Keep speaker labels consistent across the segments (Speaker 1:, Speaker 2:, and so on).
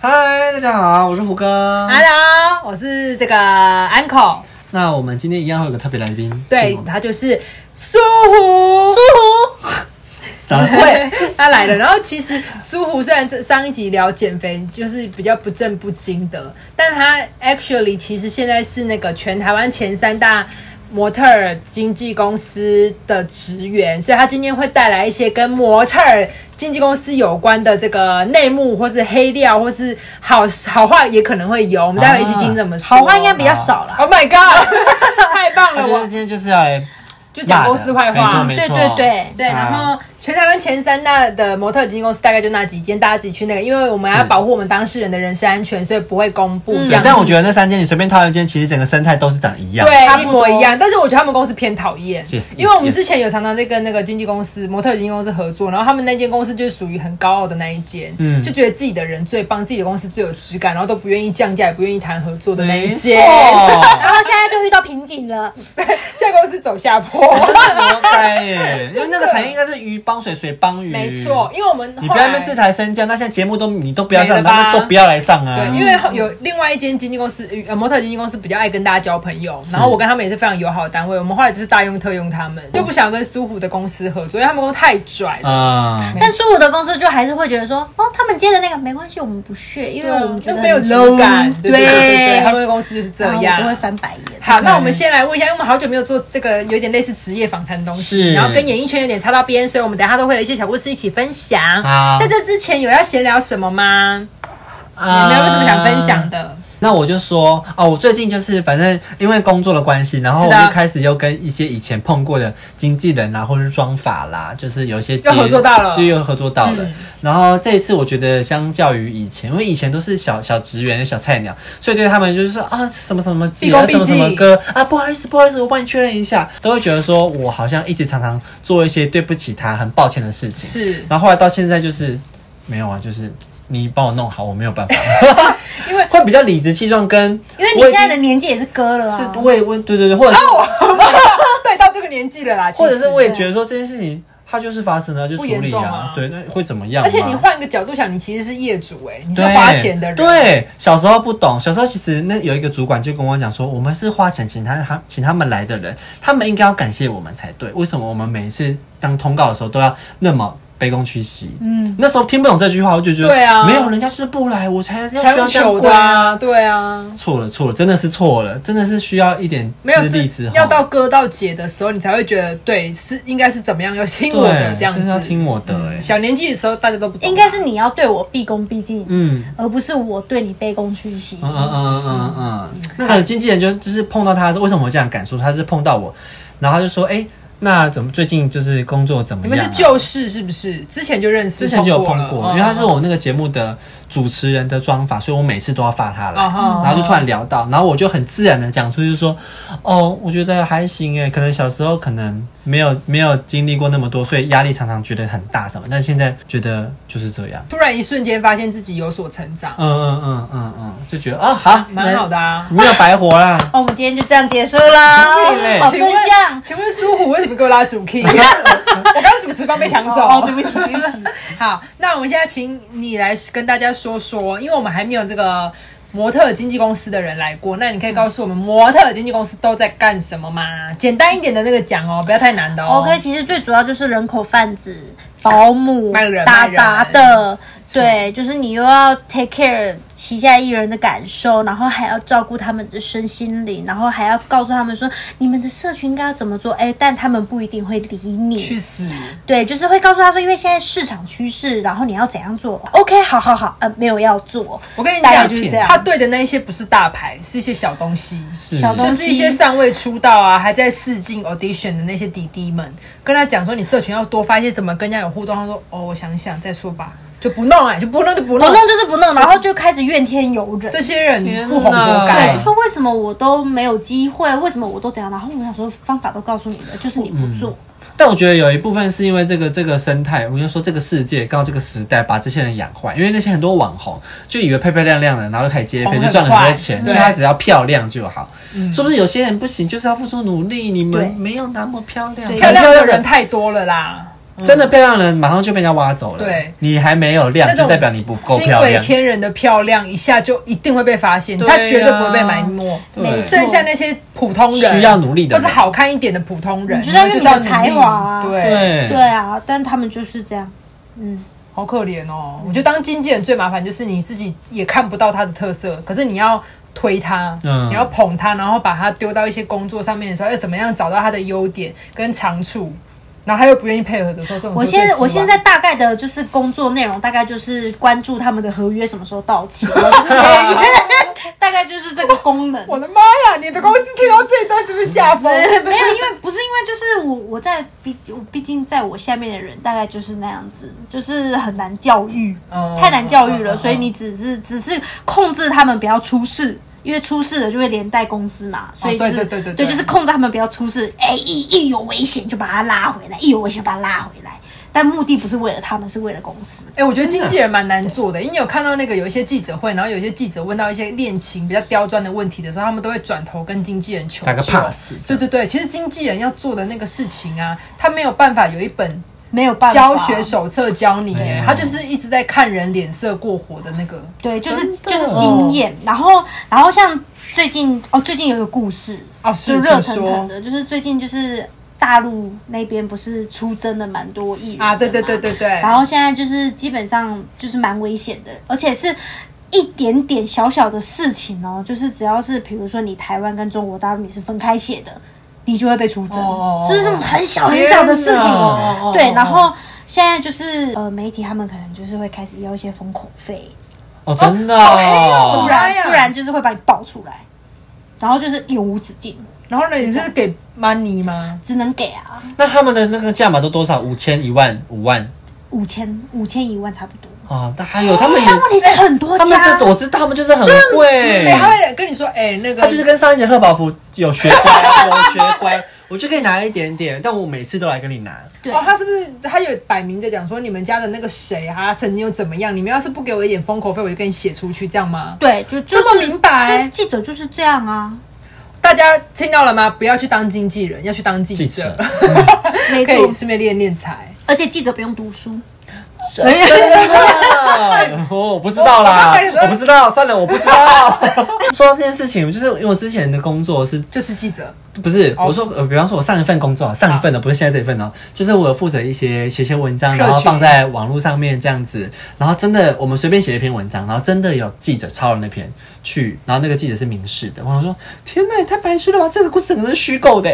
Speaker 1: 嗨，大家好，我是胡歌。
Speaker 2: Hello，我是这个 Uncle，
Speaker 1: 那我们今天一样会有个特别来宾，
Speaker 2: 对
Speaker 1: 是，吗
Speaker 2: 他就是苏胡，苏
Speaker 1: 咋会？
Speaker 2: 他来了。然后其实苏胡虽然这上一集聊减肥就是比较不正不经的，但他 actually 其实现在是那个全台湾前三大。模特儿经纪公司的职员，所以他今天会带来一些跟模特儿经纪公司有关的这个内幕，或是黑料，或是好好话也可能会有。我们待会一起听怎么说。
Speaker 3: 好话应该比较少啦。
Speaker 2: Oh my god！太 棒
Speaker 1: 他
Speaker 2: 了，
Speaker 1: 就是
Speaker 2: 我
Speaker 1: 今天就是要来
Speaker 2: 就讲公司坏
Speaker 1: 骂的
Speaker 2: 话。
Speaker 1: 没
Speaker 3: 对
Speaker 1: 错啊
Speaker 3: 对对
Speaker 2: 对，然后全台湾前三大的模特经纪公司大概就那几间，大家自己去那个，因为我们要
Speaker 1: 是
Speaker 2: 保护我们当事人的人身安全，所以不会公布这
Speaker 1: 对
Speaker 2: 样。
Speaker 1: 但我觉得那三间你随便挑一间，其实整个生态都是长一样。，
Speaker 2: 对，
Speaker 3: 差
Speaker 2: 一
Speaker 3: 不多
Speaker 2: 模一样。但是我觉得他们公司偏讨厌
Speaker 1: Yes, yes,
Speaker 2: 因为我们
Speaker 1: yes.
Speaker 2: 之前有常常在跟那个经纪公司、模特经纪公司合作，然后他们那间公司就是属于很高傲的那一间，
Speaker 1: 嗯
Speaker 2: 就觉得自己的人最棒，自己的公司最有质感，然后都不愿意降价，也不愿意谈合作的那一
Speaker 1: 没错
Speaker 2: 间。，
Speaker 3: 然后现在就遇到瓶颈了，
Speaker 2: 现在公司走下 坡。
Speaker 1: 活该耶！因为那个产业应该是鱼帮水，水帮鱼。
Speaker 2: 没错，，因为我们
Speaker 1: 你
Speaker 2: 后
Speaker 1: 不要那
Speaker 2: 来
Speaker 1: 边自抬身价，那现在节目都你都不要
Speaker 2: 没
Speaker 1: 上，
Speaker 2: 了吧
Speaker 1: 那都不要来上啊。
Speaker 2: 对，因为后有另外一间经纪公司，呃，模特经纪公司比较爱跟大家交朋友，然后我跟他们也是非常友好的单位，我们后来就是大用特用他们，就不想跟苏虎的公司合作，因为他们公司太拽了。
Speaker 1: 啊，
Speaker 3: 但苏武的公司就还是会觉得说，哦，他们接的那个没关系，我们不屑，因为我们觉
Speaker 2: 啊就
Speaker 3: 得
Speaker 2: 没有
Speaker 3: 很
Speaker 2: 质
Speaker 3: low
Speaker 2: 感，对
Speaker 3: 对
Speaker 2: 对哦对对，他们公司就是这
Speaker 3: 然后我都会
Speaker 2: 样。
Speaker 3: 翻白眼。
Speaker 2: 好，那我们先来问一下，因为我们好久没有做这个有点类似职业访谈的东西，
Speaker 1: 是
Speaker 2: 然后跟演艺圈有点擦到边，所以我们等一下都会有一些小故事一起分享。
Speaker 1: 好
Speaker 2: 在这之前有要闲聊什么吗？有没有什么想分享的？
Speaker 1: 那我就说哦，我最近就是反正因为工作的关系，然后
Speaker 2: 是
Speaker 1: 我
Speaker 2: 的
Speaker 1: 就开始又跟一些以前碰过的经纪人啦，啊或是妆法啦，就是有一些接
Speaker 2: 又合作到了
Speaker 1: 对，又合作到了。
Speaker 2: 嗯
Speaker 1: 然后这一次我觉得相较于以前，因为以前都是小小职员、小菜鸟，所以对他们就是说啊什么什么姐啊
Speaker 2: 毕
Speaker 1: 什
Speaker 2: 恭
Speaker 1: 么什
Speaker 2: 毕敬
Speaker 1: 么哥啊，不好意思不好意思，我帮你确认一下，都会觉得说我好像一直常常做一些对不起他、很抱歉的事情。
Speaker 2: 是
Speaker 1: 然后后来到现在就是没有啊，就是你帮我弄好，我没有办法，
Speaker 2: 因为
Speaker 1: 会比较理直气壮跟
Speaker 3: 因为你
Speaker 1: 我已
Speaker 3: 现
Speaker 1: 经
Speaker 3: 在的年纪也是哥了啊
Speaker 1: 是，我也我对对对，或者是、
Speaker 2: 哦对，到这个年纪了啦，其实
Speaker 1: 或者是我也觉得说这件事情它就是发生了就处
Speaker 2: 不严
Speaker 1: 理
Speaker 2: 重
Speaker 1: 啊
Speaker 2: 啊，
Speaker 1: 对，那会怎么样嘛？
Speaker 2: 而且你换个角度想，你其实是业主哎、你是
Speaker 1: 对
Speaker 2: 花钱的人，，
Speaker 1: 对，小时候不懂，小时候其实那有一个主管就跟我讲说，我们是花钱请他他请他们来的人，他们应该要感谢我们才对。为什么我们每一次当通告的时候都要那么卑躬屈膝？嗯，那时候听不懂这句话，我就觉得
Speaker 2: 对啊
Speaker 1: 没有人家就是不来，我才要需
Speaker 2: 才用
Speaker 1: 要这样
Speaker 2: 求
Speaker 1: 跪
Speaker 2: 的
Speaker 1: 啊。
Speaker 2: 啊，对啊，
Speaker 1: 错了错了，真的是错了，真的是需要一点
Speaker 2: 没有
Speaker 1: 资历
Speaker 2: 这
Speaker 1: 之后，
Speaker 2: 要到哥到姐的时候，你才会觉得对是应该是怎么样要听
Speaker 1: 对，
Speaker 2: 我的这样子，嗯
Speaker 1: 真的要听我的哎、
Speaker 2: 小年纪的时候大家都不懂啊
Speaker 3: 应该是你要对我毕恭毕敬，
Speaker 1: 嗯。
Speaker 3: 而不是我对你卑躬屈膝。
Speaker 1: 嗯嗯嗯嗯嗯嗯，那个经纪人就就是碰到他，为什么我这样感触？他是碰到我，然后他就说：“哎、那怎么最近就是工作怎么
Speaker 2: 你
Speaker 1: 样、啊？”
Speaker 2: 们是旧识是不是？之前就认识，
Speaker 1: 之前就有碰过，
Speaker 2: 了哦
Speaker 1: 因为他是我那个节目的主持人的妆法，所以我每次都要发他来，
Speaker 2: 哦哦
Speaker 1: 然后就突然聊到，然后我就很自然的讲出，就是说，哦，我觉得还行欸诶，可能小时候可能没有没有经历过那么多，所以压力常常觉得很大什么，但现在觉得就是这 样，
Speaker 2: 突然一瞬间发现自己有所成长，
Speaker 1: 嗯嗯嗯嗯嗯，就觉得啊、好，
Speaker 2: 蛮好的啊。
Speaker 1: 没有白活啦。
Speaker 3: 哦，我们今天就这样结束啦
Speaker 1: 对嘞，
Speaker 3: 好
Speaker 2: 请
Speaker 3: 真
Speaker 2: 问
Speaker 3: 相，。
Speaker 2: 请问苏虎为什么给我拉主 key？我刚刚主持棒被抢走。
Speaker 3: 哦，对不起，对不起。
Speaker 2: 好，那我们现在请你来跟大家说说，因为我们还没有这个模特经纪公司的人来过，那你可以告诉我们模特经纪公司都在干什么吗？简单一点的那个讲哦，不要太难的哦。
Speaker 3: OK，其实最主要就是人口贩子、保姆
Speaker 2: 卖人、
Speaker 3: 打杂的，
Speaker 2: 人
Speaker 3: 对，就是你又要 take care 旗下艺人的感受，然后还要照顾他们的身心灵，然后还要告诉他们说你们的社群应该要怎么做，哎，但他们不一定会理
Speaker 2: 去
Speaker 3: 你。
Speaker 2: 死！
Speaker 3: 对，就是会告诉他说，因为现在市场趋势，然后你要怎样做？OK，好好好，呃，没有要做，
Speaker 2: 我跟你
Speaker 3: 大概
Speaker 2: 讲，
Speaker 3: 就是这样
Speaker 2: 他对的那一些不是大牌，是一些小东西。
Speaker 1: 是
Speaker 3: 小东
Speaker 2: 就
Speaker 3: 西
Speaker 2: 是一些尚未出道啊，还在试镜 audition 的那些弟弟们，跟他讲说你社群要多发一些什么跟人家有互动。他说哦，我想想再说吧，就不弄哎、就不弄就不
Speaker 3: 不
Speaker 2: 弄。
Speaker 3: 弄就是不弄，然后就开始怨天尤人。
Speaker 2: 这些人
Speaker 1: 天
Speaker 2: 不红活
Speaker 1: 哪
Speaker 2: 该
Speaker 3: 对，就。说为什么我都没有机会，为什么我都怎样？然后我想说，方法都告诉你了，就是你不做。
Speaker 1: 但我觉得有一部分是因为这个这个生态，我就说这个世界刚好这个时代把这些人养坏，因为那些很多网红就以为漂漂亮亮的，然后就开始接
Speaker 2: 红
Speaker 1: 片，
Speaker 2: 很
Speaker 1: 就赚了很
Speaker 2: 快
Speaker 1: 多钱，
Speaker 2: 对嗯
Speaker 1: 所以他只要漂亮就好。是不是有些人不行，就是要付出努力？你们
Speaker 3: 对
Speaker 1: 没有那么漂亮，
Speaker 3: 对
Speaker 2: 漂
Speaker 1: 很
Speaker 2: 亮的
Speaker 1: 的
Speaker 2: 人太多了啦，嗯
Speaker 1: 真的漂亮的人马上就被人家挖走了。
Speaker 2: 对，
Speaker 1: 你还没有亮，
Speaker 2: 那
Speaker 1: 就
Speaker 2: 种
Speaker 1: 代表你不够
Speaker 2: 惊
Speaker 1: 漂
Speaker 2: 为
Speaker 1: 亮。
Speaker 2: 天人的漂亮，一下就一定会被发现，
Speaker 1: 对
Speaker 2: 他
Speaker 1: 啊
Speaker 2: 绝对不会被埋没。
Speaker 1: 对
Speaker 2: 剩下那些普通人，
Speaker 1: 需要努力的
Speaker 2: 或
Speaker 1: 人
Speaker 2: 是好看一点的普通人，
Speaker 3: 你就是要用你的
Speaker 2: 就是要努力
Speaker 3: 才华啊
Speaker 2: 对，
Speaker 1: 对
Speaker 3: 对啊，但他们就是这样，嗯，
Speaker 2: 好可怜哦。我觉得当经纪人最麻烦就是你自己也看不到他的特色，可是你要推他，
Speaker 1: 嗯
Speaker 2: 你要捧他，然后把他丢到一些工作上面的时候，要怎么样找到他的优点跟长处，然后他又不愿意配合的时候，这种
Speaker 3: 我
Speaker 2: 时候
Speaker 3: 现
Speaker 2: 最
Speaker 3: 在
Speaker 2: 气
Speaker 3: 我现
Speaker 2: 完
Speaker 3: 在大概的就是工作内容，大概就是关注他们的合约什么时候到期，然后就这样 大概就是这个功能。
Speaker 2: 我的妈呀！你的公司听到这一段是不是吓 疯？
Speaker 3: 没有，因为不是因为，就是我我在毕我毕竟在我下面的人大概就是那样子，就是很难教育，
Speaker 2: 嗯
Speaker 3: 太难教育
Speaker 2: 嗯
Speaker 3: 了，
Speaker 2: 嗯嗯
Speaker 3: 所以你只是只是控制他们不要出事。因为出事了就会连带公司嘛，所以就是、
Speaker 2: 哦对对对对对
Speaker 3: 就是控制他们不要出事。哎、一一有危险就把他拉回来，一有危险就把他拉回来。但目的不是为了他们，是为了公司。
Speaker 2: 哎、我觉得经纪人蛮难做的，因为你有看到那个有一些记者会，然后有一些记者问到一些恋情比较刁钻的问题的时候，他们都会转头跟经纪人求
Speaker 1: 打个
Speaker 2: 救
Speaker 1: pass
Speaker 2: 对对对，其实经纪人要做的那个事情啊，他没有办法有一本
Speaker 3: 没有办法
Speaker 2: 教学手册教你耶
Speaker 1: 没，有
Speaker 2: 他就是一直在看人脸色过火的那个。
Speaker 3: 对，就是
Speaker 1: 真的
Speaker 3: 就是经验。然后然后像最近哦，最近有一个故事
Speaker 2: 哦是
Speaker 3: 就热
Speaker 2: 请
Speaker 3: 腾
Speaker 2: 说
Speaker 3: 腾的，就是最近就是大陆那边不是出征了蛮多艺人
Speaker 2: 啊，对
Speaker 3: 的
Speaker 2: 对
Speaker 3: 嘛
Speaker 2: 对对对，
Speaker 3: 然后现在就是基本上就是蛮危险的，而且是一点点小小的事情哦，就是只要是比如说你台湾跟中国大陆你是分开写的，你就会被出征，
Speaker 2: 哦
Speaker 3: 是不是很小很小的事
Speaker 1: 天
Speaker 3: 情？
Speaker 1: 哪
Speaker 2: 哦
Speaker 3: 对，然后现在就是呃媒体他们可能就是会开始要一些封口费，
Speaker 1: 哦，真的
Speaker 2: 哦
Speaker 1: 哦，
Speaker 3: 不
Speaker 2: 哎呀
Speaker 3: 然不然就是会把你爆出来，然后就是永无止境，
Speaker 2: 然后呢，你这是给 money 吗？
Speaker 3: 只能给啊
Speaker 1: 那他们的那个价码都多少？五千、一万、五万
Speaker 3: 五千五千一万差不多。
Speaker 1: 啊？那还有他们也，
Speaker 3: 但问题是很多
Speaker 1: 他们
Speaker 3: 家
Speaker 1: 这我知道，他们就是很贵
Speaker 2: 哎、。他会跟你说，哎、那个
Speaker 1: 他就是跟上一节贺宝福有学乖，有学乖，我就可以拿一点点，但我每次都来跟你拿。
Speaker 3: 对
Speaker 2: 哦，他是不是他有摆明着讲说你们家的那个谁啊，曾经又怎么样？你们要是不给我一点封口费，我就跟你写出去，这样吗？
Speaker 3: 对，就就是
Speaker 2: 这么明白
Speaker 3: 就是记者就是这样啊，
Speaker 2: 大家听到了吗？不要去当经纪人，要去当记者，
Speaker 1: 记 者
Speaker 3: 没
Speaker 2: 可以
Speaker 3: 错，
Speaker 2: 顺便练练才。
Speaker 3: 而且记者不用读书，
Speaker 1: 真 的，哦我我不知道啦，我不知道，算了，我不知道。说到这件事情，就是因为我之前的工作是
Speaker 2: 就是记者，
Speaker 1: 不是，
Speaker 2: 哦
Speaker 1: 我说，呃，比方说，我上一份工作，上一份的不是现在这一份哦，就是我有负责一些写些文章，
Speaker 2: 社群
Speaker 1: 然后放在网络上面这样子，然后真的我们随便写一篇文章，然后真的有记者抄了那篇去，然后那个记者是明示的，我想说，天呐，也太白痴了吧，这个故事可能是虚构的，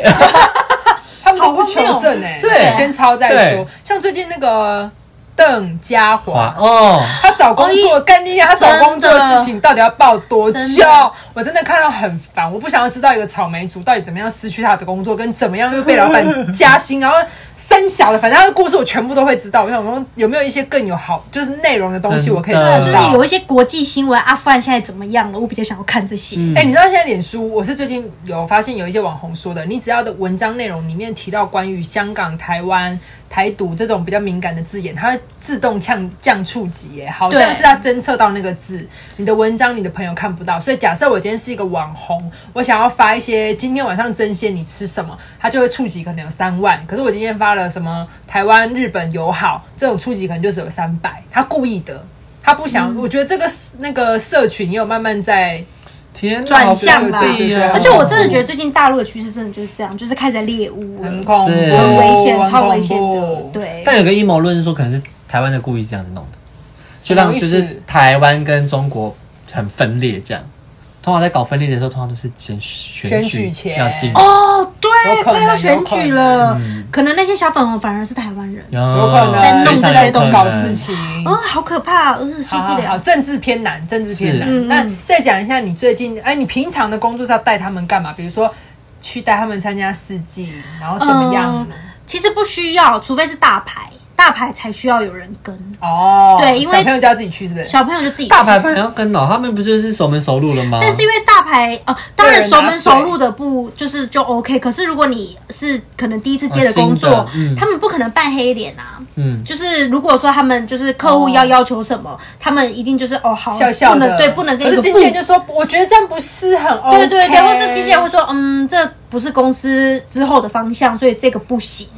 Speaker 2: 他们都不
Speaker 3: 好荒
Speaker 2: 求
Speaker 3: 谬
Speaker 2: 证哎、
Speaker 1: 对
Speaker 2: 先抄再说
Speaker 1: 对。
Speaker 2: 像最近那个邓家
Speaker 1: 哇
Speaker 2: 华。
Speaker 1: 哦，
Speaker 2: 他找工作，干你娘！他找工作的
Speaker 3: 真的
Speaker 2: 事情到底要报多
Speaker 3: 真
Speaker 2: 久
Speaker 3: 的？
Speaker 2: 我真的看到很烦，我不想要知道一个草莓族到底怎么样失去他的工作，跟怎么样又被老板加薪，然后三小的，反正他的故事我全部都会知道。我想说，有没有一些更有好，就是内容的东西
Speaker 1: 真的
Speaker 2: 我可以
Speaker 1: 嗯
Speaker 3: 啊就
Speaker 2: 知
Speaker 3: 是
Speaker 2: 道？
Speaker 3: 有一些国际新闻，阿富汗现在怎么样了？我比较想要看这些。
Speaker 1: 嗯
Speaker 2: 哎、你知道现在脸书，我是最近有发现有一些网红说的，你只要的文章内容里面提到关于香港、台湾、台独这种比较敏感的字眼，它会自动降降触及耶，好
Speaker 3: 对
Speaker 2: 像是它侦测到那个字，你的文章你的朋友看不到。所以假设我今天是一个网红，我想要发一些今天晚上争鲜你吃什么，它就会触及可能有三万，可是我今天发了什么台湾、日本友好这种触及可能就只有三百，他故意的。他不想，我觉得这个那个社群也有慢慢在
Speaker 1: 天哪
Speaker 3: 转向吧
Speaker 1: 好诡异哦
Speaker 3: 而且我真的觉得最近大陆的趋势真的就是这样，就是开始在猎物了，
Speaker 2: 很恐怖，
Speaker 1: 是
Speaker 3: 很危险，
Speaker 2: 很
Speaker 3: 超危险
Speaker 2: 恐
Speaker 3: 的
Speaker 2: 怖。，
Speaker 3: 对，
Speaker 1: 但有个阴谋论是说，可能是台湾的故意这样子弄的，就
Speaker 2: 什
Speaker 1: 让
Speaker 2: 么意
Speaker 1: 就
Speaker 2: 思
Speaker 1: 是台湾跟中国很分裂这样。通常在搞分裂的时候，通常都是选选
Speaker 2: 选举前
Speaker 1: 要进，
Speaker 3: 哦，对
Speaker 2: 有，可能
Speaker 3: 快要选举
Speaker 2: 有可
Speaker 3: 了，可能那些小粉红反而是台湾人
Speaker 1: 有
Speaker 2: 有可能
Speaker 3: 呃在弄这些东西
Speaker 2: 搞事。情。
Speaker 3: 啊，好可怕，嗯，受
Speaker 2: 好好
Speaker 3: 不
Speaker 2: 好，
Speaker 3: 了。
Speaker 2: 政治偏难，政治偏
Speaker 1: 是
Speaker 2: 难。
Speaker 3: 嗯
Speaker 2: 那
Speaker 3: 嗯
Speaker 2: 再讲一下你最近，哎，你平常的工作是要带他们干嘛？比如说去带他们参加世纪，然后怎么样呢？
Speaker 3: 呃其实不需要，除非是大牌，大牌才需要有人跟。
Speaker 2: 哦，
Speaker 3: 对因为
Speaker 2: 小朋友就要自己去，是不是？
Speaker 3: 小朋友就自己去
Speaker 1: 大牌反而要跟哦，他们不就是熟门熟路了吗？
Speaker 3: 但是因为大牌哦、呃当然
Speaker 2: 对
Speaker 3: 熟门熟路的不就是就
Speaker 2: 嗯
Speaker 3: OK，可是如果你是可能第一次接的工作，
Speaker 2: 啊
Speaker 1: 哦新的嗯
Speaker 3: 他们不可能扮黑脸啊。
Speaker 1: 嗯，
Speaker 3: 就是如果说他们就是客户要要求什么，他们一定就是哦好，
Speaker 2: 哦笑笑
Speaker 3: 不
Speaker 2: 的，
Speaker 3: 能对不能跟
Speaker 2: 可是
Speaker 3: 你说
Speaker 2: 经纪人
Speaker 3: 不。
Speaker 2: 就说，我觉得这样不是很 OK。
Speaker 3: 对对对，或是经纪人会说，嗯，这不是公司之后的方向，所以这个不行。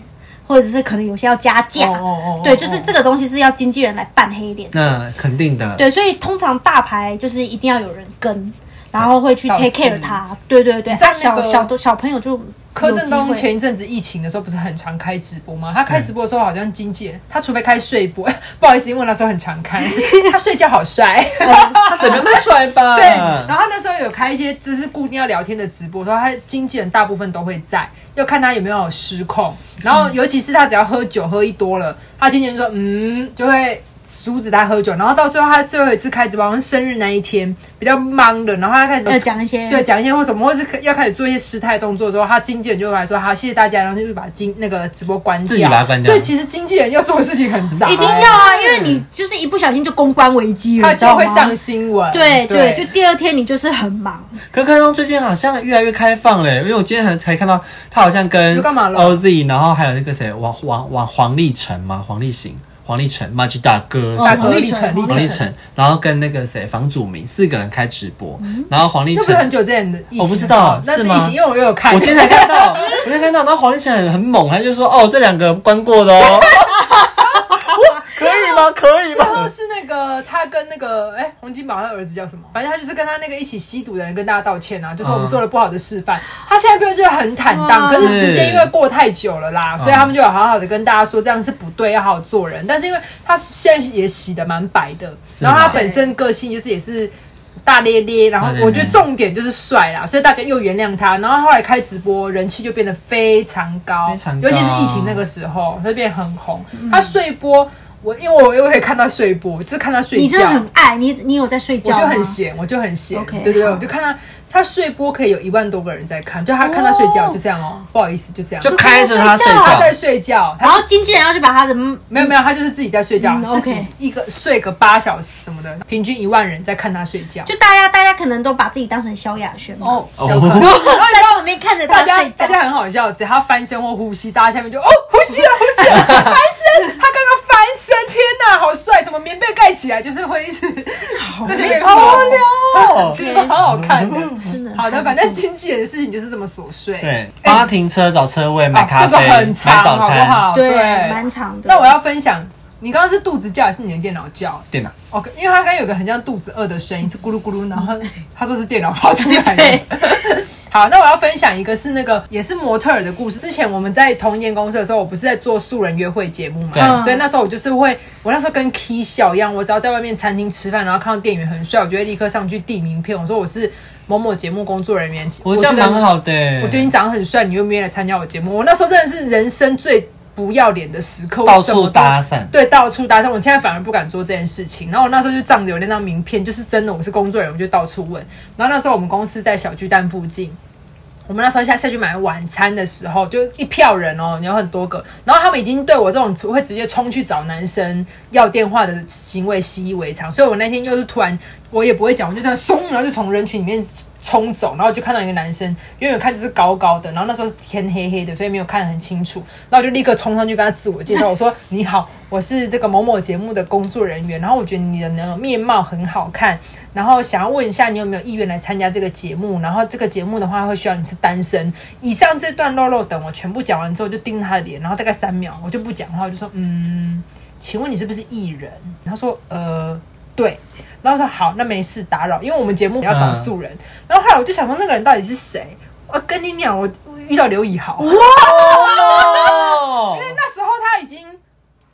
Speaker 3: 或者是可能有些要加价。
Speaker 2: 哦哦嗯哦哦
Speaker 3: 对，就是这个东西是要经纪人来扮黑脸。
Speaker 1: 那肯定的，
Speaker 3: 对，所以通常大牌就是一定要有人跟，然后会去
Speaker 2: 倒
Speaker 3: take
Speaker 2: 是
Speaker 3: care 他。对对对，
Speaker 2: 知道
Speaker 3: 他小
Speaker 2: 那个
Speaker 3: 小的小朋友就嗯
Speaker 2: 柯
Speaker 3: 有
Speaker 2: 震
Speaker 3: 机
Speaker 2: 东
Speaker 3: 会嗯
Speaker 2: 前一阵子疫情的时候不是很常开直播吗？他开直播的时候好像经纪人，他除非开睡播， 不好意思，因为我那时候很常 开，他睡觉好帅。
Speaker 1: 他怎么样都帅吧？
Speaker 2: 对，然后他那时候有开一些就是固定要聊天的直播，说他经纪人大部分都会在，要看他有没有失控。然
Speaker 3: 嗯
Speaker 2: 后尤其是他只要喝酒喝一多了，他经纪人说嗯，就会阻止他喝酒。然后到最后他最后一次开直播，好像生日那一天比较忙的，然后他开始
Speaker 3: 要讲一些
Speaker 2: 对，讲一些或什么，或是要开始做一些失态动作之后，他经纪人就会来说好，谢谢大家，然后就会把经那个直播关掉，
Speaker 1: 自己把它关掉
Speaker 2: 所以其实经纪人要做的事情很杂，
Speaker 3: 一定要啊，因为你就是一不小心就公关危机
Speaker 2: 嗯
Speaker 3: 了，
Speaker 2: 他
Speaker 3: 你知
Speaker 2: 就
Speaker 3: 道
Speaker 2: 会
Speaker 3: 吗？
Speaker 2: 上新闻，
Speaker 3: 对对，就第二天你就是很忙，
Speaker 1: 可柯东最近好像越来越开放嘞，因为我今天才才看到他好像跟
Speaker 2: 又干嘛了
Speaker 1: OZ，然后还有那个谁王王王黄立成嘛，黄立行、黄立成、马吉大哥、
Speaker 2: 大
Speaker 1: 黄
Speaker 2: 哥
Speaker 3: 哦
Speaker 2: 立成
Speaker 3: 黄
Speaker 1: 黄
Speaker 2: 立
Speaker 1: 立
Speaker 2: 成。
Speaker 1: 成，然后跟那个谁房祖名四个人开直播，然后黄立
Speaker 2: 嗯那
Speaker 1: 成
Speaker 2: 不是很久之前的疫情的时候？
Speaker 1: 我不知道
Speaker 2: 那是
Speaker 1: 是
Speaker 2: 疫
Speaker 1: 吗
Speaker 2: 情，因为我有看。
Speaker 1: 我今天才看到，我今天看到，然后黄立成很很猛，他就说哦这两个关过的 哦，可以吗？可以
Speaker 2: 最后
Speaker 1: 吗？
Speaker 2: 是那个他跟那个哎、洪金宝他儿子叫什么？反正他就是跟他那个一起吸毒的人跟大家道歉啊，就是我们
Speaker 1: 嗯
Speaker 2: 做了不好的示范。他现在变得就很坦荡，
Speaker 3: 哇
Speaker 2: 可是时间因为过太久了啦，所以他们就有好好的跟大家说这样是不对，要好好做人。但是因为他现在也洗的蛮白的，
Speaker 1: 是
Speaker 2: 然后他
Speaker 1: 吗
Speaker 2: 本身个性就是也是。大咧咧，然后
Speaker 1: 大咧咧
Speaker 2: 我觉得重点就是帅啦，所以大家又原谅他。然后后来开直播，人气就变得非常高，
Speaker 1: 非常
Speaker 2: 尤其是
Speaker 1: 高
Speaker 2: 疫情那个时候，他就变得很红。
Speaker 3: 嗯
Speaker 2: 他睡播，我因为我我也看到睡播，就是看他睡觉，
Speaker 3: 你真的很爱你，你有在睡
Speaker 2: 我
Speaker 3: 觉
Speaker 2: 就
Speaker 3: 吗？
Speaker 2: 很闲，我就很闲。
Speaker 3: OK，
Speaker 2: 对对对，
Speaker 3: 好
Speaker 2: 我就看他他睡播可以有一万多个人在看，就他看他睡觉，
Speaker 3: 哦
Speaker 2: 就这样哦，不好意思，就这样。
Speaker 1: 就开着他睡
Speaker 2: 他
Speaker 1: 觉，
Speaker 2: 在睡觉，
Speaker 3: 然
Speaker 2: 他
Speaker 3: 后经纪人要去把他的嗯
Speaker 2: 没有没有，他就是自己在睡觉，
Speaker 3: 嗯
Speaker 2: 自己
Speaker 3: OK
Speaker 2: 一个睡个八小时什么的，平均一万人在看他睡觉。
Speaker 3: 就大家大家可能都把自己当成萧亚轩嘛，
Speaker 2: 哦，
Speaker 1: 哦
Speaker 2: 有可 能然后你知
Speaker 3: 在
Speaker 2: 道
Speaker 3: 旁边看着
Speaker 2: 大
Speaker 3: 他
Speaker 2: 家
Speaker 3: 睡
Speaker 2: 大
Speaker 3: 觉。
Speaker 2: 家很好笑，只要他翻身或呼吸，大家下面就哦呼吸了呼 吸了翻身，他刚刚翻身，天哪，好帅！怎么棉被盖起来就是会一直，那就
Speaker 1: 好
Speaker 2: 好
Speaker 1: 无聊哦
Speaker 2: 其实蛮好看的。
Speaker 3: 真的
Speaker 2: 好的，反正经纪人的事情就是这么琐碎。
Speaker 1: 对，帮他停车找车位、买
Speaker 2: 啊，
Speaker 1: 咖
Speaker 2: 哎这个
Speaker 1: 啡、
Speaker 2: 很长，
Speaker 1: 买
Speaker 2: 好
Speaker 1: 早
Speaker 2: 不
Speaker 1: 餐、
Speaker 2: 好？
Speaker 3: 对蛮长的
Speaker 2: 那我要分享，你刚刚是肚子叫还是你的电脑叫
Speaker 1: 电脑。
Speaker 2: ？OK，因为哦他刚刚有个很像肚子饿的声音，是咕噜咕噜，然后他说是电脑发出来的
Speaker 3: 对。
Speaker 2: 好，那我要分享一个是那个也是模特儿的故事。之前我们在同一间公司的时候，我不是在做素人约会节目嘛，
Speaker 1: 对
Speaker 2: 所以那时候我就是会，我那时候跟 K 小一样，我只要在外面餐厅吃饭，然后看到店员很帅，我就会立刻上去递名片，我说我是某某节目工作人员，
Speaker 1: 我
Speaker 2: 觉
Speaker 1: 这
Speaker 2: 得
Speaker 1: 样蛮好的欸，
Speaker 2: 我觉得你长得很帅，你又没来参加我节目。我那时候真的是人生最不要脸的时刻，我
Speaker 1: 到
Speaker 2: 什么
Speaker 1: 处
Speaker 2: 都
Speaker 1: 搭讪，
Speaker 2: 对，到处搭讪。我现在反而不敢做这件事情。然后我那时候就仗着有那张名片，就是真的我是工作人员，我就到处问。然后那时候我们公司在小巨蛋附近。我们那时候下下去买晚餐的时候，就一票人哦，有很多个，然后他们已经对我这种会直接冲去找男生要电话的行为习以为常，所以我那天就是突然我也不会讲，我就突然松，然后就从人群里面冲走，然后就看到一个男生，远远看就是高高的，然后那时候是天黑黑的，所以没有看得很清楚，然后我就立刻冲上去跟他自我介绍，我说你好，我是这个某某节目的工作人员，然后我觉得你的呢面貌很好看，然后想要问一下你有没有意愿来参加这个节目？然后这个节目的话会需要你是单身。以上这段肉肉等我全部讲完之后，就盯着他的脸，然后大概三秒，我就不讲话，我就说嗯，请问你是不是艺人？他说呃，对。然后我说好，那没事打扰，因为我们节目要找素人。然后后来我就想说那个人到底是谁？我跟你讲，我遇到刘以豪。
Speaker 1: 哦
Speaker 2: 因为那时候他已经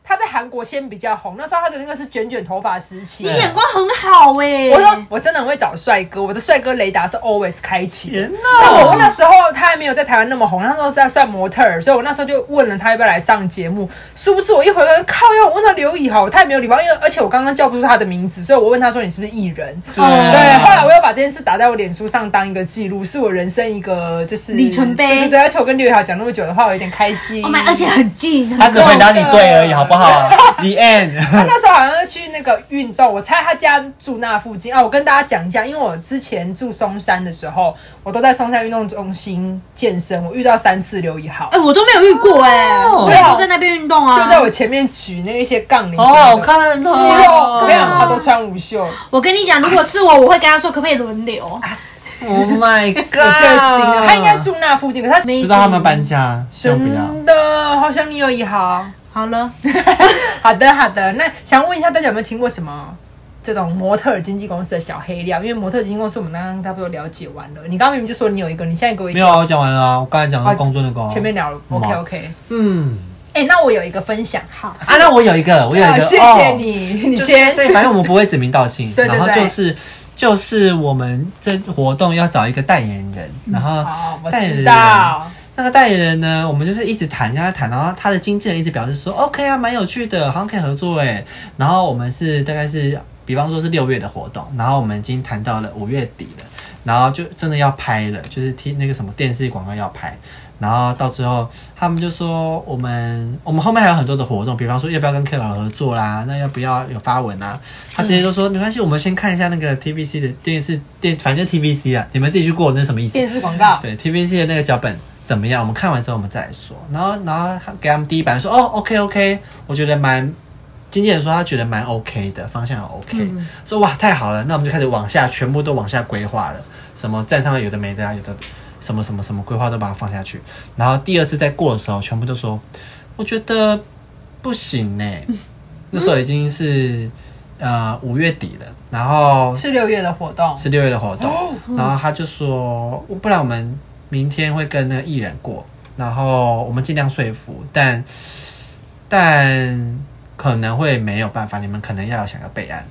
Speaker 2: 他在韩国先比较红，那时候他的那个是卷卷头发时期。
Speaker 3: 你眼光很好哎、
Speaker 2: 我说我真的很会找帅哥，我的帅哥雷达是 always 开启的。
Speaker 1: 天
Speaker 2: 那我那
Speaker 1: 哪！
Speaker 2: 时候他还没有在台湾那么红，那时候是在算模特儿，所以我那时候就问了他要不要来上节目，是不是？我一回头靠要我问到刘以豪，我太没有礼貌，因为而且我刚刚叫不出他的名字，所以我问他说你是不是艺人？
Speaker 1: 啊
Speaker 2: 对，后来我又把这件事打在我脸书上当一个记录，是我人生一个就是
Speaker 3: 里程碑
Speaker 2: 对对对，而且我跟刘以豪讲那么久的话，我有点开心。
Speaker 3: ，Oh my，而且很近，
Speaker 1: 他
Speaker 3: 很
Speaker 1: 只回答你对而已，好不 好？The end。
Speaker 2: 他那时候好像是去那个运动，我猜他家住那附近啊。我跟大家讲一下，因为我之前住松山的时候，我都在松山运动中心健身，我遇到三次刘以豪
Speaker 3: 哎、，我都没有遇过哎、
Speaker 1: 哦
Speaker 3: 我也都在那边运动啊。
Speaker 2: 就在我前面举那一些杠铃，
Speaker 1: 好好，看哦，
Speaker 2: 肌肉，我跟你
Speaker 1: 对
Speaker 2: 讲，
Speaker 1: 啊
Speaker 2: 他都穿无袖，啊
Speaker 3: 我跟你讲，如果是我，我会跟他说可不可以轮流。
Speaker 1: Oh my
Speaker 2: 我最惊了
Speaker 1: god！
Speaker 2: 他应该住那附近，可是他
Speaker 1: 不
Speaker 3: 没
Speaker 1: 知道他们搬家，希望不要。
Speaker 2: 真的好想你有一豪。
Speaker 3: 好了，
Speaker 2: 好的，好的。那想问一下大家有没有听过什么这种模特儿经纪公司的小黑料？因为模特儿经纪公司我们刚刚差不多了解完了。你刚刚明明就说你有一个，你现在给我一
Speaker 1: 没
Speaker 2: 个
Speaker 1: 有啊，我讲完了啊，我刚才讲到工作那个啊。
Speaker 2: 前面聊了。
Speaker 1: 嗯
Speaker 2: OK OK。
Speaker 1: 嗯，
Speaker 2: 哎、那我有一个分享，呃
Speaker 3: 好，
Speaker 1: 啊，那我有一个，我有一个，
Speaker 2: 谢谢
Speaker 1: 哦
Speaker 2: 你，你
Speaker 1: 就
Speaker 2: 先。
Speaker 1: 这反正我们不会指名道姓，
Speaker 2: 对对对
Speaker 1: 然后就是就是我们这活动要找一个代言人，然后
Speaker 2: 好，我
Speaker 1: 代言
Speaker 2: 知
Speaker 1: 人
Speaker 2: 道。
Speaker 1: 那个代言人呢，我们就是一直谈，跟他谈，然后他的经纪人一直表示说 OK 啊，蛮有趣的，好像可以合作哎。然后我们是大概是，比方说是六月的活动，然后我们已经谈到了五月底了，然后就真的要拍了，就是听那个什么电视广告要拍。然后到最后，他们就说我们我们后面还有很多的活动，比方说要不要跟 KOL 合作啦，那要不要有发文啊？他直接都说、没关系，我们先看一下那个 TVC 的电视电，反正就 TVC 啊，你们自己去过那是什么意思？
Speaker 2: 电视广告，
Speaker 1: 对 TVC 的那个脚本怎么样？我们看完之后我们再来说。然后，然后他给他们第一版说，哦，OK OK，我觉得蛮，经纪人说他觉得蛮 OK 的，方向很 OK，、说哇太好了，那我们就开始往下，全部都往下规划了，什么站上了有的没的啊，有的什么什么什么规划都把它放下去。然后第二次再过的时候，全部都说，我觉得不行呢、那时候已经是呃五月底了，然后
Speaker 2: 是六月的活动。
Speaker 1: 是六月的活动，然后他就说，不然我们明天会跟那个艺人过，然后我们尽量说服，但但可能会没有办法，你们可能要想要备案。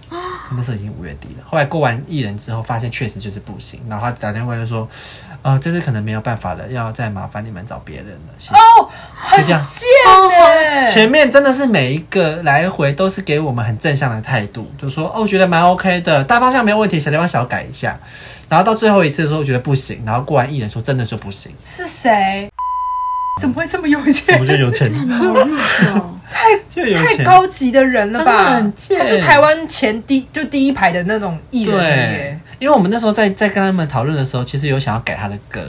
Speaker 1: 那时候已经五月底了，后来过完艺人之后，发现确实就是不行，然后他打电话就说，呃，这次可能没有办法了，要再麻烦你们找别人了。谢谢
Speaker 2: 哦，很
Speaker 1: 就这
Speaker 2: 贱
Speaker 1: 样
Speaker 2: 呢、
Speaker 1: 前面真的是每一个来回都是给我们很正向的态度，就说哦，我觉得蛮 OK 的，大方向没有问题，小地方小改一下。然后到最后一次的时候，我觉得不行，然后过完艺人说真的就不行，
Speaker 2: 是谁？怎么会这么有
Speaker 1: 我
Speaker 2: 钱
Speaker 1: 们？就有钱，
Speaker 3: 好 rich 哦，
Speaker 1: 就有
Speaker 2: 太
Speaker 1: 钱。
Speaker 2: 高级的人了
Speaker 1: 他真
Speaker 2: 吧？
Speaker 1: 的很贱
Speaker 2: 他是台湾前第就第一排的那种艺人
Speaker 1: 对
Speaker 2: 耶。，
Speaker 1: 因为我们那时候在在跟他们讨论的时候，其实有想要改他的歌，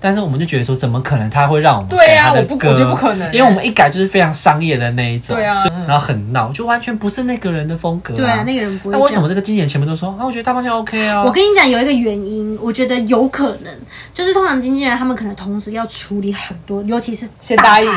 Speaker 1: 但是我们就觉得说，怎么可能他会让我们
Speaker 2: 对
Speaker 1: 改
Speaker 2: 啊
Speaker 1: 他的
Speaker 2: 我不
Speaker 1: 歌？
Speaker 2: 我觉得不可能
Speaker 1: 因为我们一改就是非常商业的那一种，
Speaker 2: 对啊
Speaker 1: 就然后很闹，就完全不是那个人的风格、
Speaker 3: 对啊，那个人不会
Speaker 1: 那
Speaker 3: 这样。
Speaker 1: 为什么这个经纪人前面都说啊？我觉得大方向 OK 啊。
Speaker 3: 我跟你讲，有一个原因，我觉得有可能，就是通常经纪人他们可能同时要处理很多，尤其是
Speaker 2: 先
Speaker 3: 大
Speaker 2: 答
Speaker 3: 牌
Speaker 2: 应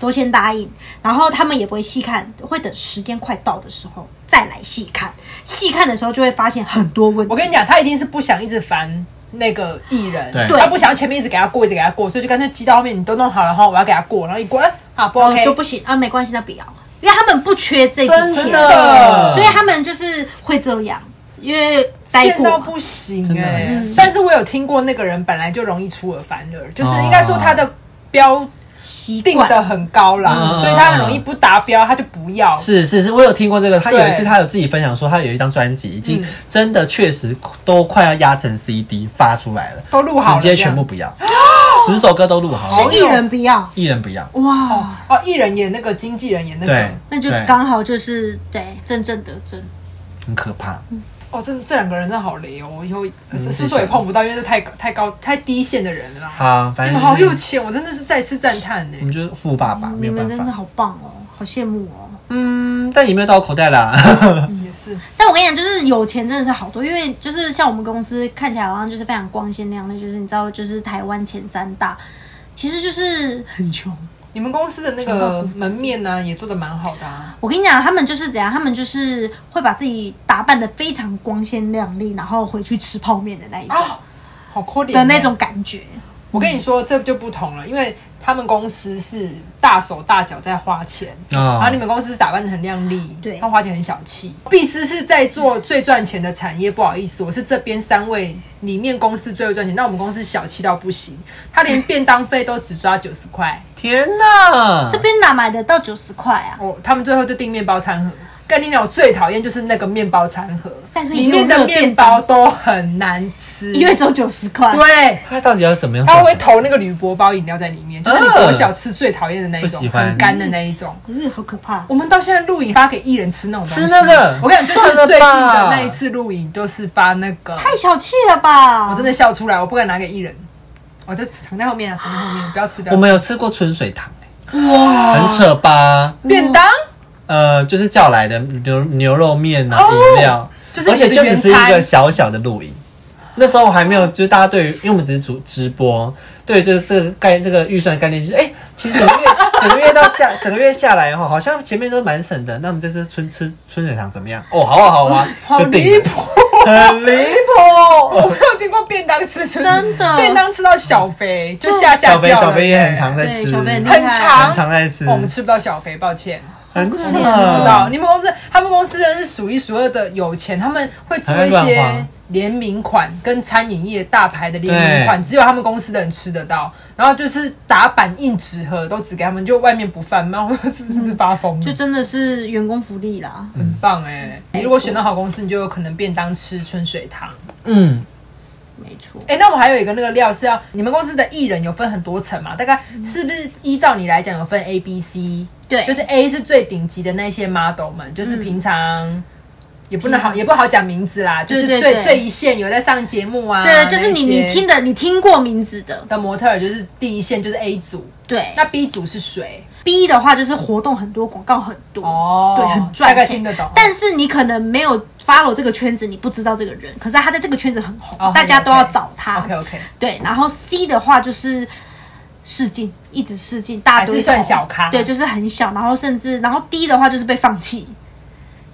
Speaker 3: 都先答应，然后他们也不会细看，会等时间快到的时候再来细看，细看的时候就会发现很多问题。
Speaker 2: 我跟你讲，他一定是不想一直烦那个艺人，
Speaker 1: 对
Speaker 2: 他不想要前面一直给他过，一直给他过，所以就干脆积到后面，你都弄好了哈，我要给他过，然后一过，哎、好不
Speaker 3: 哦
Speaker 2: OK，、
Speaker 3: 就不行啊，没关系，那不要，因为他们不缺这笔
Speaker 1: 真
Speaker 3: 钱，啊
Speaker 1: 的
Speaker 3: 所以他们就是会这样，因为待
Speaker 2: 贱
Speaker 3: 过
Speaker 2: 到
Speaker 3: 嘛。
Speaker 2: 不行
Speaker 1: 真的
Speaker 2: 哎、
Speaker 1: 很哦
Speaker 2: 但是我有听过那个人本来就容易出尔反尔，就是应该说他的标
Speaker 3: 习
Speaker 2: 定
Speaker 3: 惯
Speaker 2: 的很高啦，
Speaker 1: 嗯
Speaker 2: 所以他很容易不达标，他就不要。
Speaker 1: 是是是，我有听过这个。他有一次
Speaker 2: 对
Speaker 1: 他有自己分享说，他有一张专辑已经
Speaker 2: 嗯
Speaker 1: 真的确实都快要压成 CD 发出来了，
Speaker 2: 都录好了
Speaker 1: 直接
Speaker 2: 这样
Speaker 1: 全部不要， 十首歌都录好了
Speaker 3: 是，艺人不要
Speaker 1: 一人不要。
Speaker 2: 哦
Speaker 3: 哇，
Speaker 2: 哦，艺人演那个，经纪人演那个
Speaker 1: 对，，
Speaker 3: 那就
Speaker 1: 对
Speaker 3: 刚好就是对正正得正。
Speaker 1: 很可怕。
Speaker 2: 哦，这这两个人真的好雷哦！我以后呃是
Speaker 1: 嗯谢谢
Speaker 2: 之所以碰不到，因为这太太高太低线的人了啦。
Speaker 1: 好，哎反
Speaker 2: 你
Speaker 1: 正
Speaker 2: 们好
Speaker 1: 就
Speaker 2: 有
Speaker 1: 是
Speaker 2: 钱，我嗯真的是再次赞叹欸呢
Speaker 1: 我。们就是富爸爸，啊没
Speaker 3: 你
Speaker 1: 有
Speaker 3: 们
Speaker 1: 办
Speaker 3: 真的
Speaker 1: 法。
Speaker 3: 好棒哦，好羡慕哦。
Speaker 1: 嗯，但也没有到我口袋啦。
Speaker 2: 嗯也是，
Speaker 3: 但我跟你讲，就是有钱真的是好多，因为就是像我们公司看起来好像就是非常光鲜亮丽，就是你知道，就是台湾前三大，其实就是很穷。
Speaker 2: 你们公司的那个门面呢、也做的蛮好的啊。
Speaker 3: 我跟你讲，他们就是怎样，他们就是会把自己打扮的非常光鲜亮丽，然后回去吃泡面的那一种、
Speaker 2: 啊，好可怜哦
Speaker 3: 哦的那种。感觉。
Speaker 2: 我跟你说，这就不同了，因为他们公司是大手大脚在花钱，然后
Speaker 1: 啊
Speaker 2: 你，们公司是打扮的很靓丽，
Speaker 3: 对
Speaker 2: 但花钱很小气。必思是在做最赚钱的产业，不好意思，我是这边三位里面公司最会赚钱，那我们公司小气到不行，他连便当费都只抓九十 块。
Speaker 1: 天哪
Speaker 3: 这！边哪买得到九十块啊？
Speaker 2: 哦，他们最后就订面包餐盒。跟你讲，我最讨厌就是那个面包餐 盒，
Speaker 3: 但是
Speaker 2: 里面的面包都很难吃。
Speaker 3: 因为只有九十块，
Speaker 2: 对，
Speaker 1: 他到底要怎么样？
Speaker 2: 他会投那个铝箔包饮料在里面，就是你国小吃最讨厌的那一
Speaker 1: 嗯不
Speaker 2: 种
Speaker 1: 喜，欢
Speaker 2: 很干的那一种。
Speaker 3: 嗯，好可怕。
Speaker 2: 我们到现在录影发给艺人吃那种东西
Speaker 1: 吃那个
Speaker 2: 我跟你讲，就是
Speaker 1: 算了吧
Speaker 2: 最近的那一次录影，就是发那个，
Speaker 3: 太小气了吧！
Speaker 2: 我真的笑出来，我不敢拿给艺人，我就藏在后面啊，藏在后面，不要吃，不要
Speaker 1: 我
Speaker 2: 吃。
Speaker 1: 们有吃过春水堂，哇，很扯吧？
Speaker 2: 便当
Speaker 1: 呃，就是叫来的牛牛肉面啊，
Speaker 2: 哦
Speaker 1: 饮料，
Speaker 2: 就是
Speaker 1: 而且
Speaker 2: 你的
Speaker 1: 就
Speaker 2: 原
Speaker 1: 只是一
Speaker 2: 餐
Speaker 1: 个小小的露营，那时候还没有，就是大家对于，因为我们只是主直播，对，就是这个概这个预算的概念，就是哎、其实整个 月整个月到下整个月下来哈，好像前面都蛮省的。那我们这次春吃春水堂怎么样？哦，好啊好啊，
Speaker 2: 好
Speaker 1: 就定了
Speaker 2: 离谱，哦
Speaker 1: 很离谱。
Speaker 2: 我没有听过便当吃出
Speaker 3: 真的
Speaker 2: 便当吃到小肥就下下
Speaker 1: 小肥
Speaker 2: 叫了
Speaker 1: 小肥也很常在
Speaker 3: 对
Speaker 1: 吃，
Speaker 3: 小贝很厉
Speaker 1: 很
Speaker 2: 很
Speaker 3: 害
Speaker 2: 长
Speaker 1: 常在吃，
Speaker 2: 我们吃不到小肥，抱歉。
Speaker 1: 很扯，
Speaker 2: 我们吃不
Speaker 1: 啊
Speaker 2: 到。你们公司，他们公司真的是数一数二的有钱，他们会做一
Speaker 1: 还会乱
Speaker 2: 些
Speaker 1: 花
Speaker 2: 联名款，跟餐饮业大牌的联名款，只有他们公司的人吃得到。然后就是打板印纸盒，都只给他们，就外面不贩卖。我说是不是是不是发疯了？
Speaker 3: 就
Speaker 2: 就
Speaker 3: 真的是员工福利啦。
Speaker 2: 很棒哎、你如果选到好公司，你就有可能便当吃春水堂。
Speaker 1: 嗯，
Speaker 3: 没错，
Speaker 2: 哎、那我还有一个那个料是要，你们公司的艺人有分很多层嘛？大概是不是依照你来讲有分 A、B、C？
Speaker 3: 对嗯
Speaker 2: 就是 A 是最顶级的那些 model 们，就是平常、也不能好也不好讲名字啦，就是最
Speaker 3: 对对
Speaker 2: 最一线有在上节目啊，
Speaker 3: 对，就是你
Speaker 2: 那些
Speaker 3: 你听的，你听过名字的，
Speaker 2: 的模特儿就是第一线就是 A 组，
Speaker 3: 对。
Speaker 2: 那 B 组是谁？
Speaker 3: B 的话就是活动很多，广告很多，
Speaker 2: 哦
Speaker 3: 对，很赚
Speaker 2: 大概
Speaker 3: 钱，
Speaker 2: 听得懂
Speaker 3: 但是你可能没有 follow 这个圈子，你不知道这个人，可是他在这个圈子很红，
Speaker 2: 哦
Speaker 3: 大家都要
Speaker 2: 很有
Speaker 3: 找他。
Speaker 2: OK OK，
Speaker 3: 对，然后 C 的话就是试镜，一直试镜，大
Speaker 2: 还
Speaker 3: 堆
Speaker 2: 是算
Speaker 3: 头
Speaker 2: 小咖
Speaker 3: 对，就是很小，然后甚至然后 D 的话就是被放弃。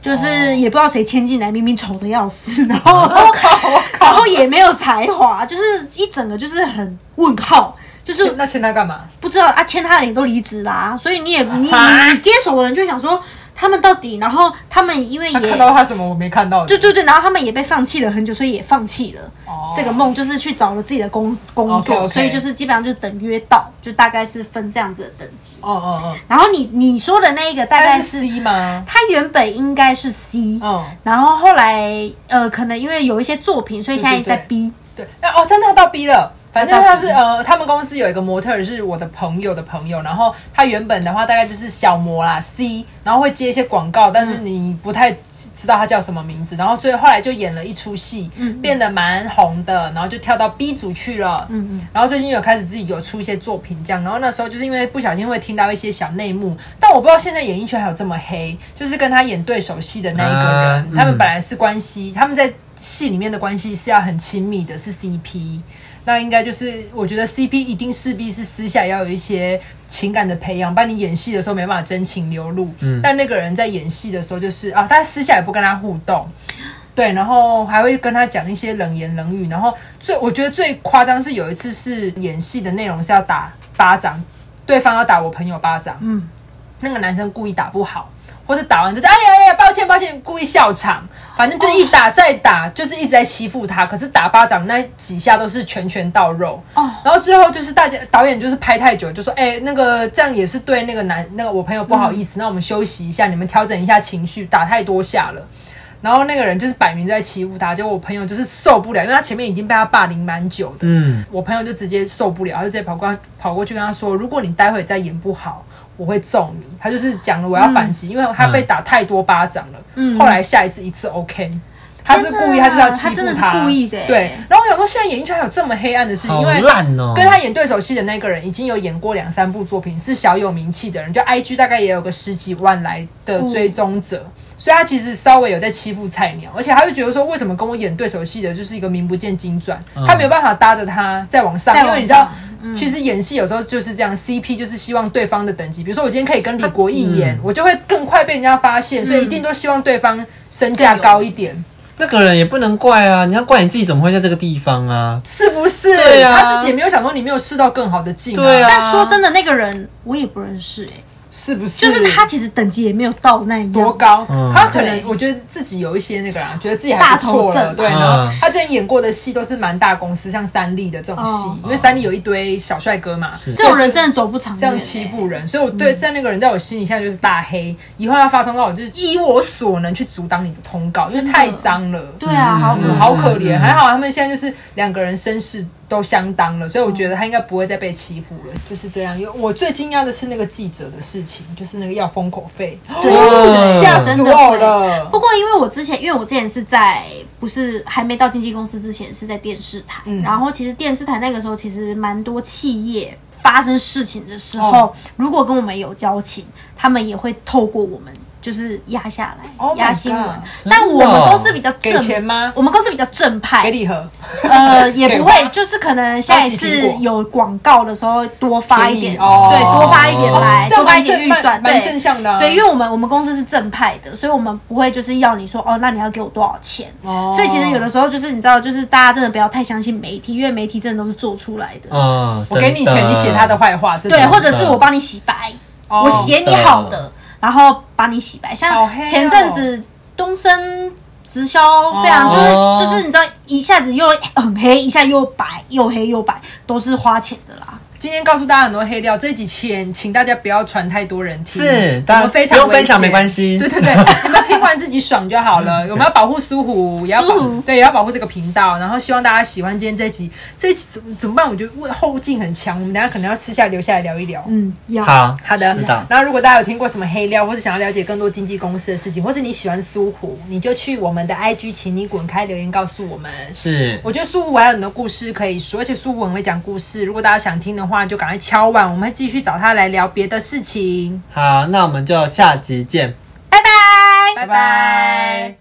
Speaker 3: 就是
Speaker 2: 哦
Speaker 3: 也不知道谁牵进来，明明丑的要死，然 后 然后也没有才华，就是一整个就是很问号，就是
Speaker 2: 那签他干嘛？
Speaker 3: 不知道啊，签他的人都离职啦，所以你也你
Speaker 2: 啊
Speaker 3: 你你接手的人就会想说他们到底，然后他们因为
Speaker 2: 他看
Speaker 3: 也
Speaker 2: 到他什么我没看到的？
Speaker 3: 对对对，然后他们也被放弃了很久，所以也放弃了、
Speaker 2: 哦
Speaker 3: 这个梦，就是去找了自己的工工作
Speaker 2: OK，OK
Speaker 3: 所以就是基本上就是等约到，就大概是分这样子的等级。
Speaker 2: 哦哦哦，
Speaker 3: 然后你你说的那一个大概
Speaker 2: 但是
Speaker 3: 是
Speaker 2: C 吗？
Speaker 3: 他原本应该是 C，、
Speaker 2: 嗯，
Speaker 3: 然后后来呃可能因为有一些作品，所以现在
Speaker 2: 对对
Speaker 3: 在
Speaker 2: 对
Speaker 3: B。
Speaker 2: 对，那哦，真的到 B 了。反正他是
Speaker 3: 他
Speaker 2: 呃，他们公司有一个模特儿是我的朋友的朋友，然后他原本的话大概就是小模啦 C，然后会接一些广告，但是你不太知道他叫什么名字，然后最后来就演了一出戏，变得蛮红的，然后就跳到 B 组去了，嗯嗯，然后最近有开始自己有出一些作品这样，然后那时候就是因为不小心会听到一些小内幕，但我不知道现在演艺圈还有这么黑，就是跟他演对手戏的那一个人，
Speaker 1: 啊嗯
Speaker 2: 他们本来。本来是关系，他们在戏里面的关系是要很亲密的，是 CP。那应该就是，我觉得 CP 一定势必是私下要有一些情感的培养，不然你演戏的时候没办法真情流露。嗯，但那个人在演戏的时候，就是啊，他私下也不跟他互动，对，然后还会跟他讲一些冷言冷语。然后最我觉得最夸张是有一次是演戏的内容是要打巴掌，对方要打我朋友巴掌，嗯，那个男生故意打不好，或是打完就是哎呀哎呀，抱歉抱歉，故意笑场，反正就一打再打，就是一直在欺负他。可是打巴掌那几下都是拳拳到肉，
Speaker 3: 哦
Speaker 2: 然后最后就是大家导演就是拍太久，就说哎、那个这样也是对那个男那个我朋友不好意思，那我们休息一下，你们调整一下情绪，打太多下了。然后那个人就是摆明在欺负他，结果我朋友就是受不了，因为他前面已经被他霸凌蛮久的，
Speaker 1: 嗯，
Speaker 2: 我朋友就直接受不了，他就直接跑过来跑过去跟他说：“如果你待会再演不好，我会揍你。”他就是讲了我要反
Speaker 3: 嗯
Speaker 2: 击，因为他
Speaker 1: 嗯
Speaker 2: 被打太多巴掌了。后来下一次一次 OK。他是故意，
Speaker 3: 天哪
Speaker 2: 他就是要欺负
Speaker 3: 他嗯真的是故意的欸
Speaker 2: 对，然后我想说，现在演艺圈还有这么黑暗的事情，
Speaker 1: 好
Speaker 2: 因为
Speaker 1: 烂哦、
Speaker 2: 跟他演对手戏的那个人已经有演过两三部作品，是小有名气的人，就 IG 大概也有个十几万来的追踪者。所以他其实稍微有在欺负菜鸟，而且他就觉得说，为什么跟我演对手戏的就是一个名不见经传，他没有办法搭着他再往上，
Speaker 3: 再往
Speaker 2: 因为你知道
Speaker 3: 上，嗯
Speaker 2: 其实演戏有时候就是这样，CP 就是希望对方的等级，比如说我今天可以跟李国毅演，我就会更快被人家发现，
Speaker 3: 嗯
Speaker 2: 所以一定都希望对方身价
Speaker 3: 更有
Speaker 2: 高一点。
Speaker 1: 那个人也不能怪啊，你要怪你自己怎么会在这个地方啊？
Speaker 2: 是不是？
Speaker 1: 对啊
Speaker 2: 他自己也没有想说你没有试到更好的技能，
Speaker 1: 对啊
Speaker 3: 但说真的，那个人我也不认识、欸，
Speaker 2: 是不是？
Speaker 3: 就是他其实等级也没有到那一
Speaker 2: 多
Speaker 3: 样。
Speaker 2: 高，
Speaker 1: 嗯
Speaker 2: 他可能
Speaker 3: 对
Speaker 2: 我觉得自己有一些那个啊啦，觉得自己还不错
Speaker 3: 大头症
Speaker 2: 了，
Speaker 3: 啊
Speaker 2: 对。然后
Speaker 1: 嗯
Speaker 2: 他之前演过的戏都是蛮大公司，像三立的这种戏
Speaker 3: 哦，
Speaker 2: 因为三立有一堆小帅哥嘛，
Speaker 1: 是
Speaker 3: 这种人真的走不长
Speaker 2: 这
Speaker 3: 远、欸，嗯
Speaker 2: 样欺负人，所以我对在那个人在我心里现在就是大黑，以后要发通告，我就是以我所能去阻挡你的通告，因为太脏了。
Speaker 3: 对啊，好
Speaker 2: 嗯，
Speaker 3: 恶
Speaker 2: 好可怜，还好他们现在就是两个人身世都相当了，所以我觉得他应该不会再被欺负了，就是这样。因为我最惊讶的是那个记者的事情，就是那个要封口费，
Speaker 1: 哦
Speaker 3: 对，
Speaker 2: 吓死我了
Speaker 3: 不过因为我之前，因为我之前是在不是还没到经纪公司之前是在电视台，
Speaker 2: 嗯
Speaker 3: 然后其实电视台那个时候其实蛮多企业。发生事情的时候，
Speaker 2: 哦
Speaker 3: 如果跟我们有交情，他们也会透过我们就是压下来
Speaker 2: Oh my
Speaker 3: 压新闻
Speaker 2: God，
Speaker 3: 但我们公司比较
Speaker 2: 给
Speaker 3: 正
Speaker 2: 钱吗
Speaker 3: 我们公司比较正派，
Speaker 2: 给礼盒，
Speaker 3: 呃，也不
Speaker 2: 给
Speaker 3: 会
Speaker 2: 吧，
Speaker 3: 就是可能下一
Speaker 2: 高级
Speaker 3: 次
Speaker 2: 苹果
Speaker 3: 有广告的时候多发一
Speaker 2: 便
Speaker 3: 点，
Speaker 2: 宜哦
Speaker 3: 对，多发一点
Speaker 1: 哦
Speaker 3: 来，
Speaker 2: 这
Speaker 3: 多
Speaker 2: 样
Speaker 3: 发
Speaker 2: 蛮
Speaker 3: 一点
Speaker 2: 正
Speaker 3: 预
Speaker 2: 蛮
Speaker 3: 算，
Speaker 2: 蛮
Speaker 3: 对
Speaker 2: 正。向的啊。
Speaker 3: 对，因为我们我们公司是正派的，所以我们不会就是要你说哦，那你要给我多少钱？
Speaker 2: 哦
Speaker 3: 所以其实有的时候就是你知道，就是大家真的不要太相信媒体，因为媒体真的都是做出来的。
Speaker 1: 嗯，
Speaker 2: 我给你
Speaker 1: 真
Speaker 2: 钱，你写他的坏哦话，这种
Speaker 3: 对，或者是我帮你洗白，
Speaker 2: 哦
Speaker 3: 我写你好的，然后把你洗白。
Speaker 2: 好
Speaker 3: 像
Speaker 2: 黑哦
Speaker 3: 前阵子东升直销非常，
Speaker 1: 哦
Speaker 3: 就是就是你知道，一下子又很黑，一下又白，又黑又白，都是花钱的啦。
Speaker 2: 今天告诉大家很多黑料，这一集请请大家不要传太多人听，
Speaker 1: 是
Speaker 2: 我
Speaker 1: 大家
Speaker 2: 们非常
Speaker 1: 不用分享
Speaker 2: 危险
Speaker 1: 没关系
Speaker 2: 对 对对，你们听完自己爽就好了。我们要保护苏虎，也要保
Speaker 3: 苏虎
Speaker 2: 对，也要保护这个频道。然后希望大家喜欢今天这一集，这一集怎么怎么办？我觉得后劲很强，我们等一下可能要私下留下来聊一聊。
Speaker 3: 嗯，要
Speaker 1: 好
Speaker 2: 好的
Speaker 1: 是的，，
Speaker 2: 那如果大家有听过什么黑料，或是想要了解更多经纪公司的事情，或是你喜欢苏虎，你就去我们的 IG，请你滚开留言告诉我们。
Speaker 1: 是
Speaker 2: 我觉得苏虎还有很多故事可以说，而且苏虎很会讲故事。如果大家想听的话，就赶快敲碗，我们会继续找他来聊别的事情。
Speaker 1: 好，那我们就下集见，
Speaker 3: 拜
Speaker 2: 拜
Speaker 3: 拜。
Speaker 2: 拜